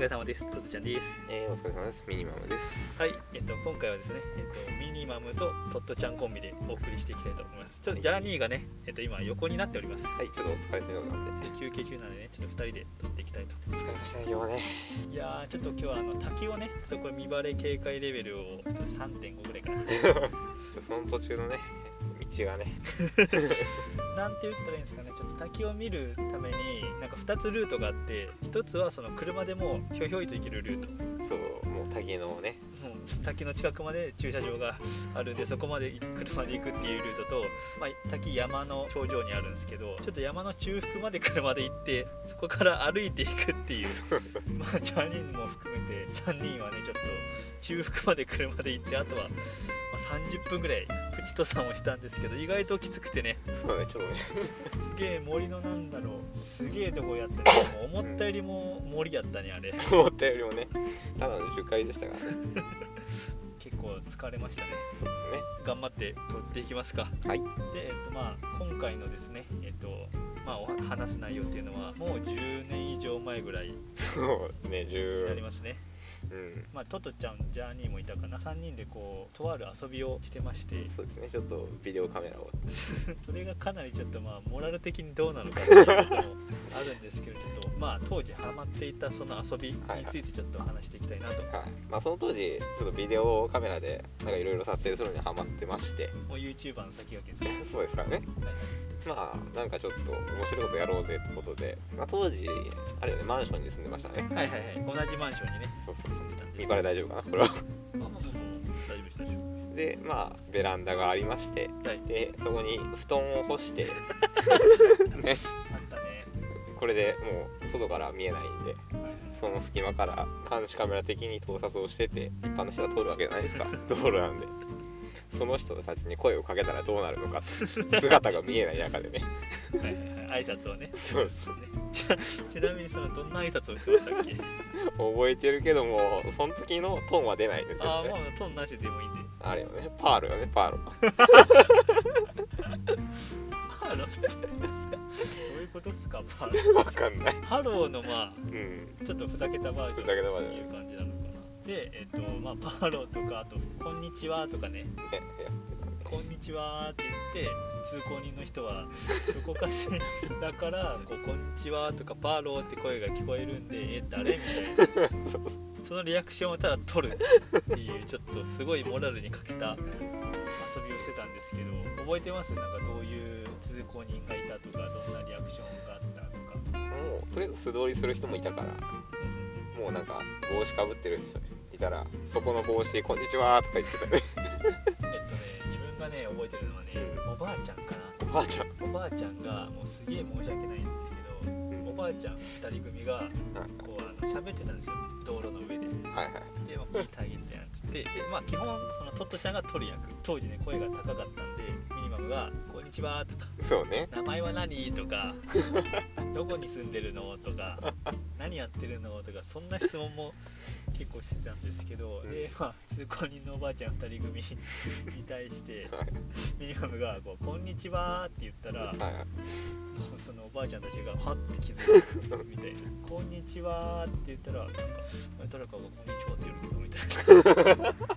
れ様です。とつちゃんです。えー、お疲れ様です。ミニマムです。はい、えっと今回はですね、えっとミニマムとトットちゃんコンビでお送りしていきたいと思います。ちょっとジャーニーがね、えっと今横になっております。はい、ちょっとお疲れのようなんで。で休憩中なのでね、ちょっと二人で撮っていきたいと。疲れましたね、今日はね。いやーちょっと今日はあの滝をね、ちょっとこれ見バレ警戒レベルをちょっと3.5ぐらいかな。 ちょその途中のね、道がね。 なんて言ったらいいんですかねちょっと滝を見るためになんか2つルートがあって1つはその車でもひょいひょいと行けるルートもそう、もう滝のね。う滝の近くまで駐車場があるんでそこまで車で行くっていうルートと、まあ、滝山の頂上にあるんですけどちょっと山の中腹まで車で行ってそこから歩いていくっていうそうまあジャーニーも含めて3人はねちょっと中腹まで車で行ってあとは、まあ、30分ぐらいプチ登山をしたんですけど意外ときつくてねそうね、ち ょっとね。すげえ森のなんだろうすげえとこやってねもう思ったよりも森やったねあれ思ったよりもね、ただの樹海でしたからね。結構疲れましたねそうで頑張って撮っていきますかすね。はい。で、えっとまあ、今回のですねえっとまあお話す内容っていうのはもう10年以上前ぐらいそうになね、り十。ますねうん。まあトトちゃんジャーニーもいたかな3人でこうとある遊びをしてまして そうですね、ちょっとビデオカメラを。それがかなりちょっとまあモラル的にどうなのかっていうこともあるんですけれどまあ当時ハマっていたその遊びについてちょっと話していきたいなとはい。まあ、その当時、ちょっとビデオカメラで、なんかいろいろ撮影するのにハマってまして。 もう YouTuber の先駆けですね。そうですからね。はいまあ、なんかちょっと面白いことやろうぜってことで、まあ、当時、あれよね、マンションに住んでましたね。はいはいはい。同じマンションにね、そうそうそう住んでたんで。見バレ大丈夫かなこれは あもうもうもう大丈夫です大丈でまあベランダがありまして夫。はい。でそこに布団を干してあったねね。これでもう外から見えないんではいその隙間から監視カメラ的に盗撮をしてて一般の人が通るわけじゃないですか 道路なんでその人たちに声をかけたらどうなるのか姿が見えない中でねはいはいはい。挨拶をね。そうそうねちなちなみにそのどんな挨拶をしてましたっけ？覚えてるけどもその時のトーンは出ないですあよあ まねあトンなしでもいいんで。あれよねパールよねパール ハロー。どういうことっすか？まあわかんないハローのまあうんちょっとふざけたバージョンふざけたバージョンっていう感じなのかな。でえっ、とまあパーローとかあとこんにちはとかね。ねやってたんでこんにちはって言って通行人の人はどこかしらからこうこんにちはとかパーローって声が聞こえるんでえ誰みたいなそうそうそのリアクションをただ取るっていうちょっとすごいモラルに欠けた遊びをしてたんですけど覚えてますなんかどういう通行人がいたとかどんなリアクションがあったとかもうとりあえず素通りする人もいたからもうなんか帽子かぶってる人いたら「そこの帽子こんにちは」とか言ってたねえっとね自分がね覚えてるのはねおばあちゃんかなおばあちゃんおばあちゃんがもうすげえ申し訳ないんですけどおばあちゃん2人組がはいこうあの喋ってたんですよ道路の上ではいはいで、まあ、見てあげたやんつってで、まあ、基本そのトットちゃんが取る役当時ね声が高かったんでミニマムが「こんにちは」とかそうね「名前は何?」と か「どこに住んでるの?」とか「何やってるの?」とかそんな質問も結構してたんですけどで、まあ、通行人のおばあちゃん2人組に対してはいミニマムがこう「こんにちは」って言ったらはいはいも うそのおばあちゃんたちがハッて気づい たみたいな「こんにちは」って言ったらなんかあれ誰かが「こんにちは」って言うのかみたい な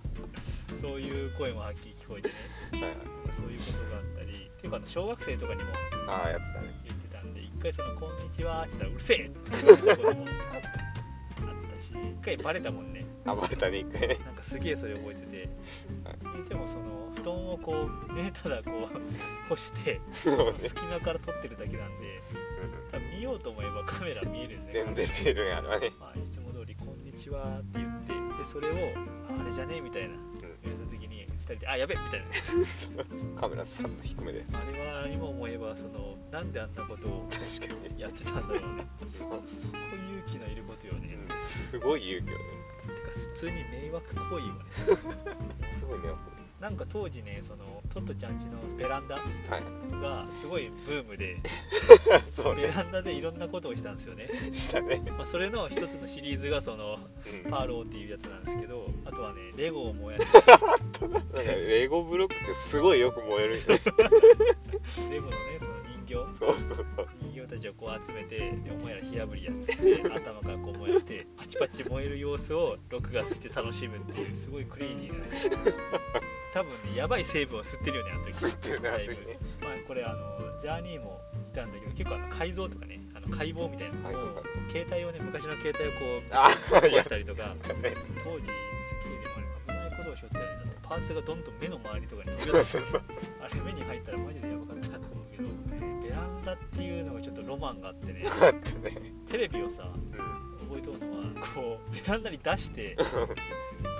そういう声もはっきり聞こえてねはいはいそういうことがあったりっていうかあの小学生とかにもああやってたね言ってたんで一回その「こんにちは」って言ったら「うるせえ!」って言ったこともあったし一回バレたもんね暴れたね一回ねなんかすげえそれ覚えててでもその布団をこうねただこう干してそうそのね隙間から撮ってるだけなんでうん多分見ようと思えばカメラ見えるんですね全然見えるねあれはねまあ、いつも通り「こんにちは」って言ってでそれを「ああれじゃねえ」みたいな言われた時に2人で「あやべ」みたいカメラさっと低めでなあれは今思えばそのなんであんなことを確かにやってたんだろうねそそこうそこ勇気のいることよねうんすごい勇気をねてか普通に迷惑行為をねすごい迷惑なんか当時ねそのトットちゃんちのベランダはいがすごいブームでそうベねランダでいろんなことをしたんですよね、したねまあ、それの一つのシリーズがそのうんパーローっていうやつなんですけどあとはねレゴを燃やしなんかレゴブロックってすごいよく燃えるよねてレゴのねその人形そうそうそう人形たちをこう集めてでお前ら火炙りやっつって頭からこう燃やしてパチパチ燃える様子を録画して楽しむっていうすごいクレイジーな、ね、多分ねやばい成分を吸ってるよねあの時吸ってるねあの時ねまあ、これあのジャーニーも言ったんだけど結構あの改造とかねあの解剖みたいなはいのはいをはい携帯をね昔の携帯をこうああ壊やしったりとかたね当時スキーでもあれ危ないことをしょってたんだってパーツがどんどん目の周りとかに飛びそう出すそうそうあれ目に入ったらマジでやばかったと思うけどベランダっていうのがちょっとロマンがあってねあったねテレビをさうん覚えとるのはこうベランダに出して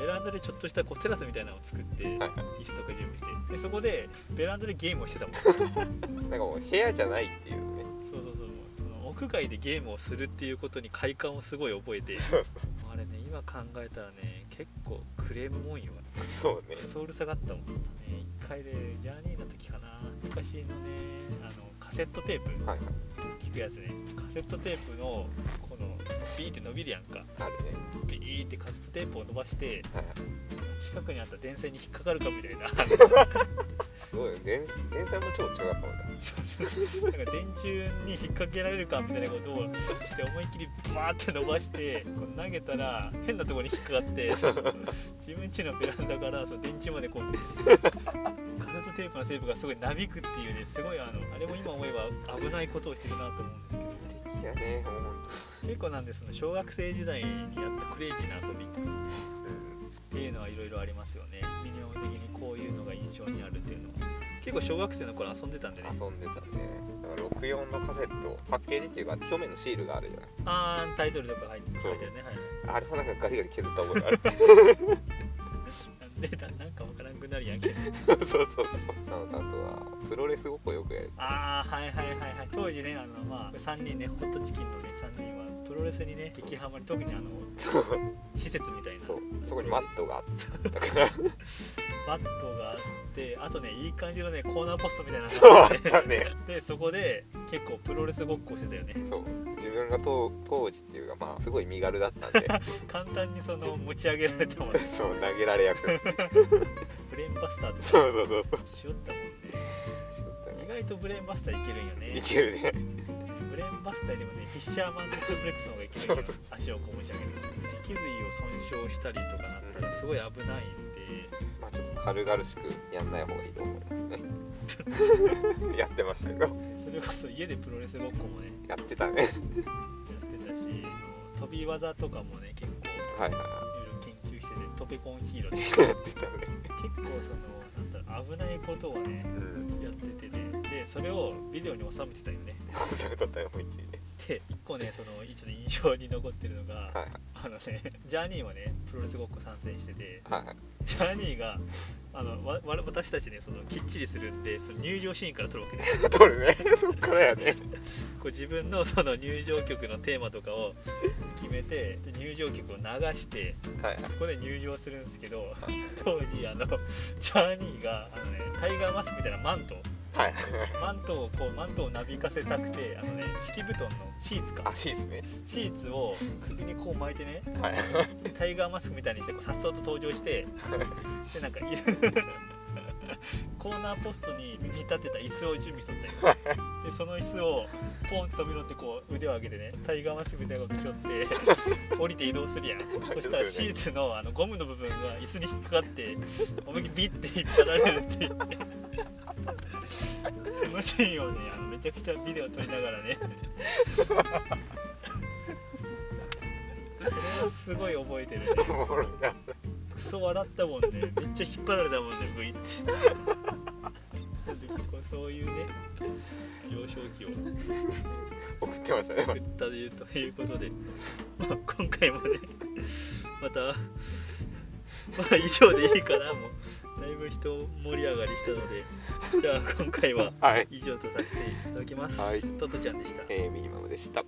ベランダでちょっとしたこうテラスみたいなのを作ってはいは椅子とか準備してでそこでベランダでゲームをしてたもんいなんかもう部屋じゃないっていうねそうそうそうもうその屋外でゲームをするっていうことに快感をすごい覚えてそうそあれね今考えたらね結構クレームもんようそうねソウル下がったもんね1回でジャーニーの時かな昔のねあのカセットテープはいはい聞くやつねカセットテープのこのビーって伸びるやんかあるねビーってカセットテープを伸ばしてはいはい近くにあった電線に引っかかるかみたいなあのすごいね電電線も超違かったもんねそうそうなんか電柱に引っ掛けられるかみたいなことをして思いっきりバーって伸ばしてこう投げたら変なところに引っかかってその自分家のベランダからその電柱までこうカセットテープのテープがすごいなびくっていうねすごいあのあれも今思えば危ないことをしてるなと思うんですけどいやねもう本結構なんでその小学生時代にやったクレイジーな遊びっ当うんていうのはいろいろありますよねミニマム的にこういうのが印象にあるっていうのは結構小学生の頃遊んでたんでね遊んでたねだから64のカセットパッケージっていうか表面のシールがあるじゃないあータイトルとか入ってそう書いてるねはいあれもなんかガリガリ削った覚えがあるなんでだなんかわからんくなるやん けそうそうそうなのとあとはプロレスごっこよくやるああはいはいはいはい当時ねあのまあ3人ねホットチキンのね3人はプロレスにね激ハマり特にあのそう施設みたいなそうそこにマットがあったからバットがあってあとねいい感じのねコーナーポストみたいなのそうがああっってたねでそこで結構プロレスごっこしてたよねそう自分が当当時っていうかまあすごい身軽だったんで簡単にその持ち上げられたもんねそう投げられ役ブレーンバスターとかそうそうそうそうしよったもんねしよった意ね外とブレーンバスターいけるんよねいけるねブレーンバスターよりもねフィッシャーマンとスープレックスの方がいけるよそうそう足をこう持ち上げる脊髄を損傷したりとかなったらすごい危ないんでまあちょっと軽々しくやんない方がいいと思います ねやってましたけどそれこそ家でプロレスごっこもねやってたねやってたしあの飛び技とかもね結構いはいはいはろいろ研究しててトペコンヒーローで結いやってたね構そのなんだろう危ないことをねうんやっててねでそれをビデオに収めてたよねそれ撮ったよもう一ねで1個ねその一応印象に残ってるのがはいあのねジャーニーはねプロレスごっこ参戦しててはいはいジャーニーがあのわわ私たちねそのきっちりするんでその入場シーンから撮るわけです撮るねそっからやねこう自分のその入場曲のテーマとかを決めてで入場曲を流してはいここで入場するんですけど当時あのジャーニーがあの、ね、タイガーマスクみたいなマントはいマントをこうマントをなびかせたくてあの、ね、敷布団のシーツか足ですねシーツを首にこう巻いてねはいタイガーマスクみたいにしてこうさっそうと登場 してでなんかい コーナーポストに見立てた椅子を準備しとったよ でその椅子をポンと飛び乗ってこう腕を上げてねタイガーマスクみたいなことしょ って降りて移動するやんそしたらシーツのあのゴムの部分が椅子に引っかかって思いっきりビッて引っ張られるっていうねそのシーンをねあのめちゃくちゃビデオ撮りながら ねそれはすごい覚えてるねおもろいなクソ笑ったもんねめっちゃ引っ張られたもんねグイってでこうそういうね幼少期を送ってましたね送ったというということで、まあ、今回もねまたまあ以上でいいかなもうだいぶ人盛り上がりしたのでじゃあ今回ははい以上とさせていただきます、はいトトちゃんでしたえーミニマムでした